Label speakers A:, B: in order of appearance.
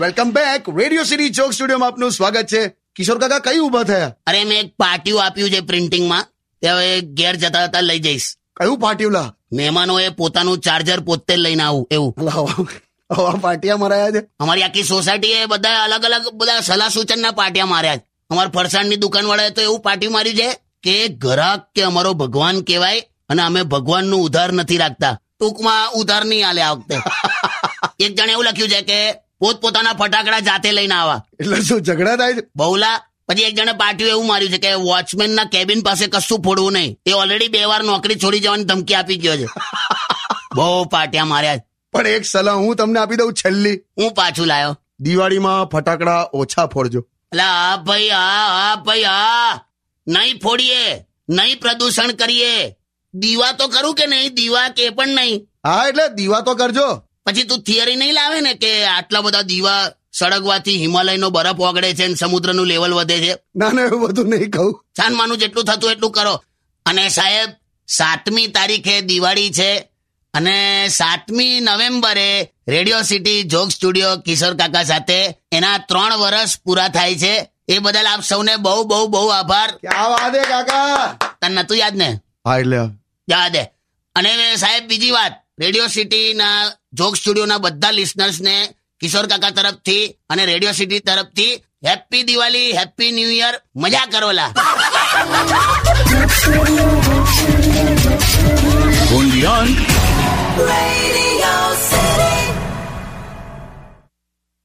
A: Welcome back radio city ચોક સ્ટુડિયોમાં આપનું સ્વાગત છે કિશોર કાકા કઈ ઊભા થયા
B: અરે મેં એક પાટિયું આપ્યું છે પ્રિન્ટિંગમાં તે હવે ઘેર જતા જતા લઈ જઈશ
A: કયું પાટિયુલા
B: મહેમાનોએ પોતાનું ચાર્જર પોતે જ લઈને આવું એવું
A: લાવો આવા પાટિયા મરાયા છે
B: અમારી આખી સોસાયટીએ બધા અલગ અલગ બધા સલાહ સૂચનના પાટિયા માર્યા છે અમારા ફરસાણની દુકાનવાળાએ તો એવું પાટિયું માર્યું છે કે ગ્રાહક કે અમારો ભગવાન કહેવાય અને અમે ભગવાનનું ઉધાર નથી રાખતા ટૂંકમાં ઉધાર નહીં આલે આ વખતે એક જણે એવું લખ્યું છે કે પોતપોતાના ફટાકડા જાતે લઈને આવા
A: એટલે શું ઝઘડા થાય છે
B: બહુલા પછી એક જણે પાટિયું એવું માર્યું છે કે વોચમેન ના કેબિન પાસે કશું ફોડવું નહીં એ ઓલરેડી બે વાર નોકરી છોડી જવાની ધમકી આપી ગયો છે બહુ પાટિયા માર્યા છે.
A: પણ એક સલાહ હું તમને આપી દઉં છેલ્લી
B: હું પાછું લાયો
A: દિવાળીમાં ફટાકડા ઓછા ફોડજો
B: એટલે હા ભાઈ હા હા ભાઈ હા નહીં ફોડીએ નહીં પ્રદૂષણ કરીએ દીવા તો કરું કે નહીં દીવા કે પણ નહીં
A: હા એટલે દીવા તો કરજો
B: પછી તું થિયરી નહીં લાવે ને કે આટલા બધા દીવા સળગવાથી હિમાલયનો બરફ ઓગળે છે અને સમુદ્રનું લેવલ વધે છે
A: ના ના એવું બધું નહીં કહું
B: છાનમાનું જેટલું થતું એટલું કરો અને સાહેબ સાતમી તારીખે દિવાળી છે અને સાતમી નવેમ્બરે રેડિયો સિટી જોગ સ્ટુડિયો કિશોર કાકા સાથે એના ત્રણ વર્ષ પૂરા થાય છે એ બદલ આપ સૌને બહુ બહુ બહુ આભાર
A: ક્યાં વાત હે કાકા
B: તને નતું યાદ ને
A: હા એટલે
B: યાદ હે અને સાહેબ બીજી વાત રેડિયો સિટીના જોગ સ્ટુડિયોના બધા લિસનર્સને કિશોર કાકા તરફથી અને રેડિયો સિટી તરફથી happy Diwali happy new year મજા કરોલા
C: Radio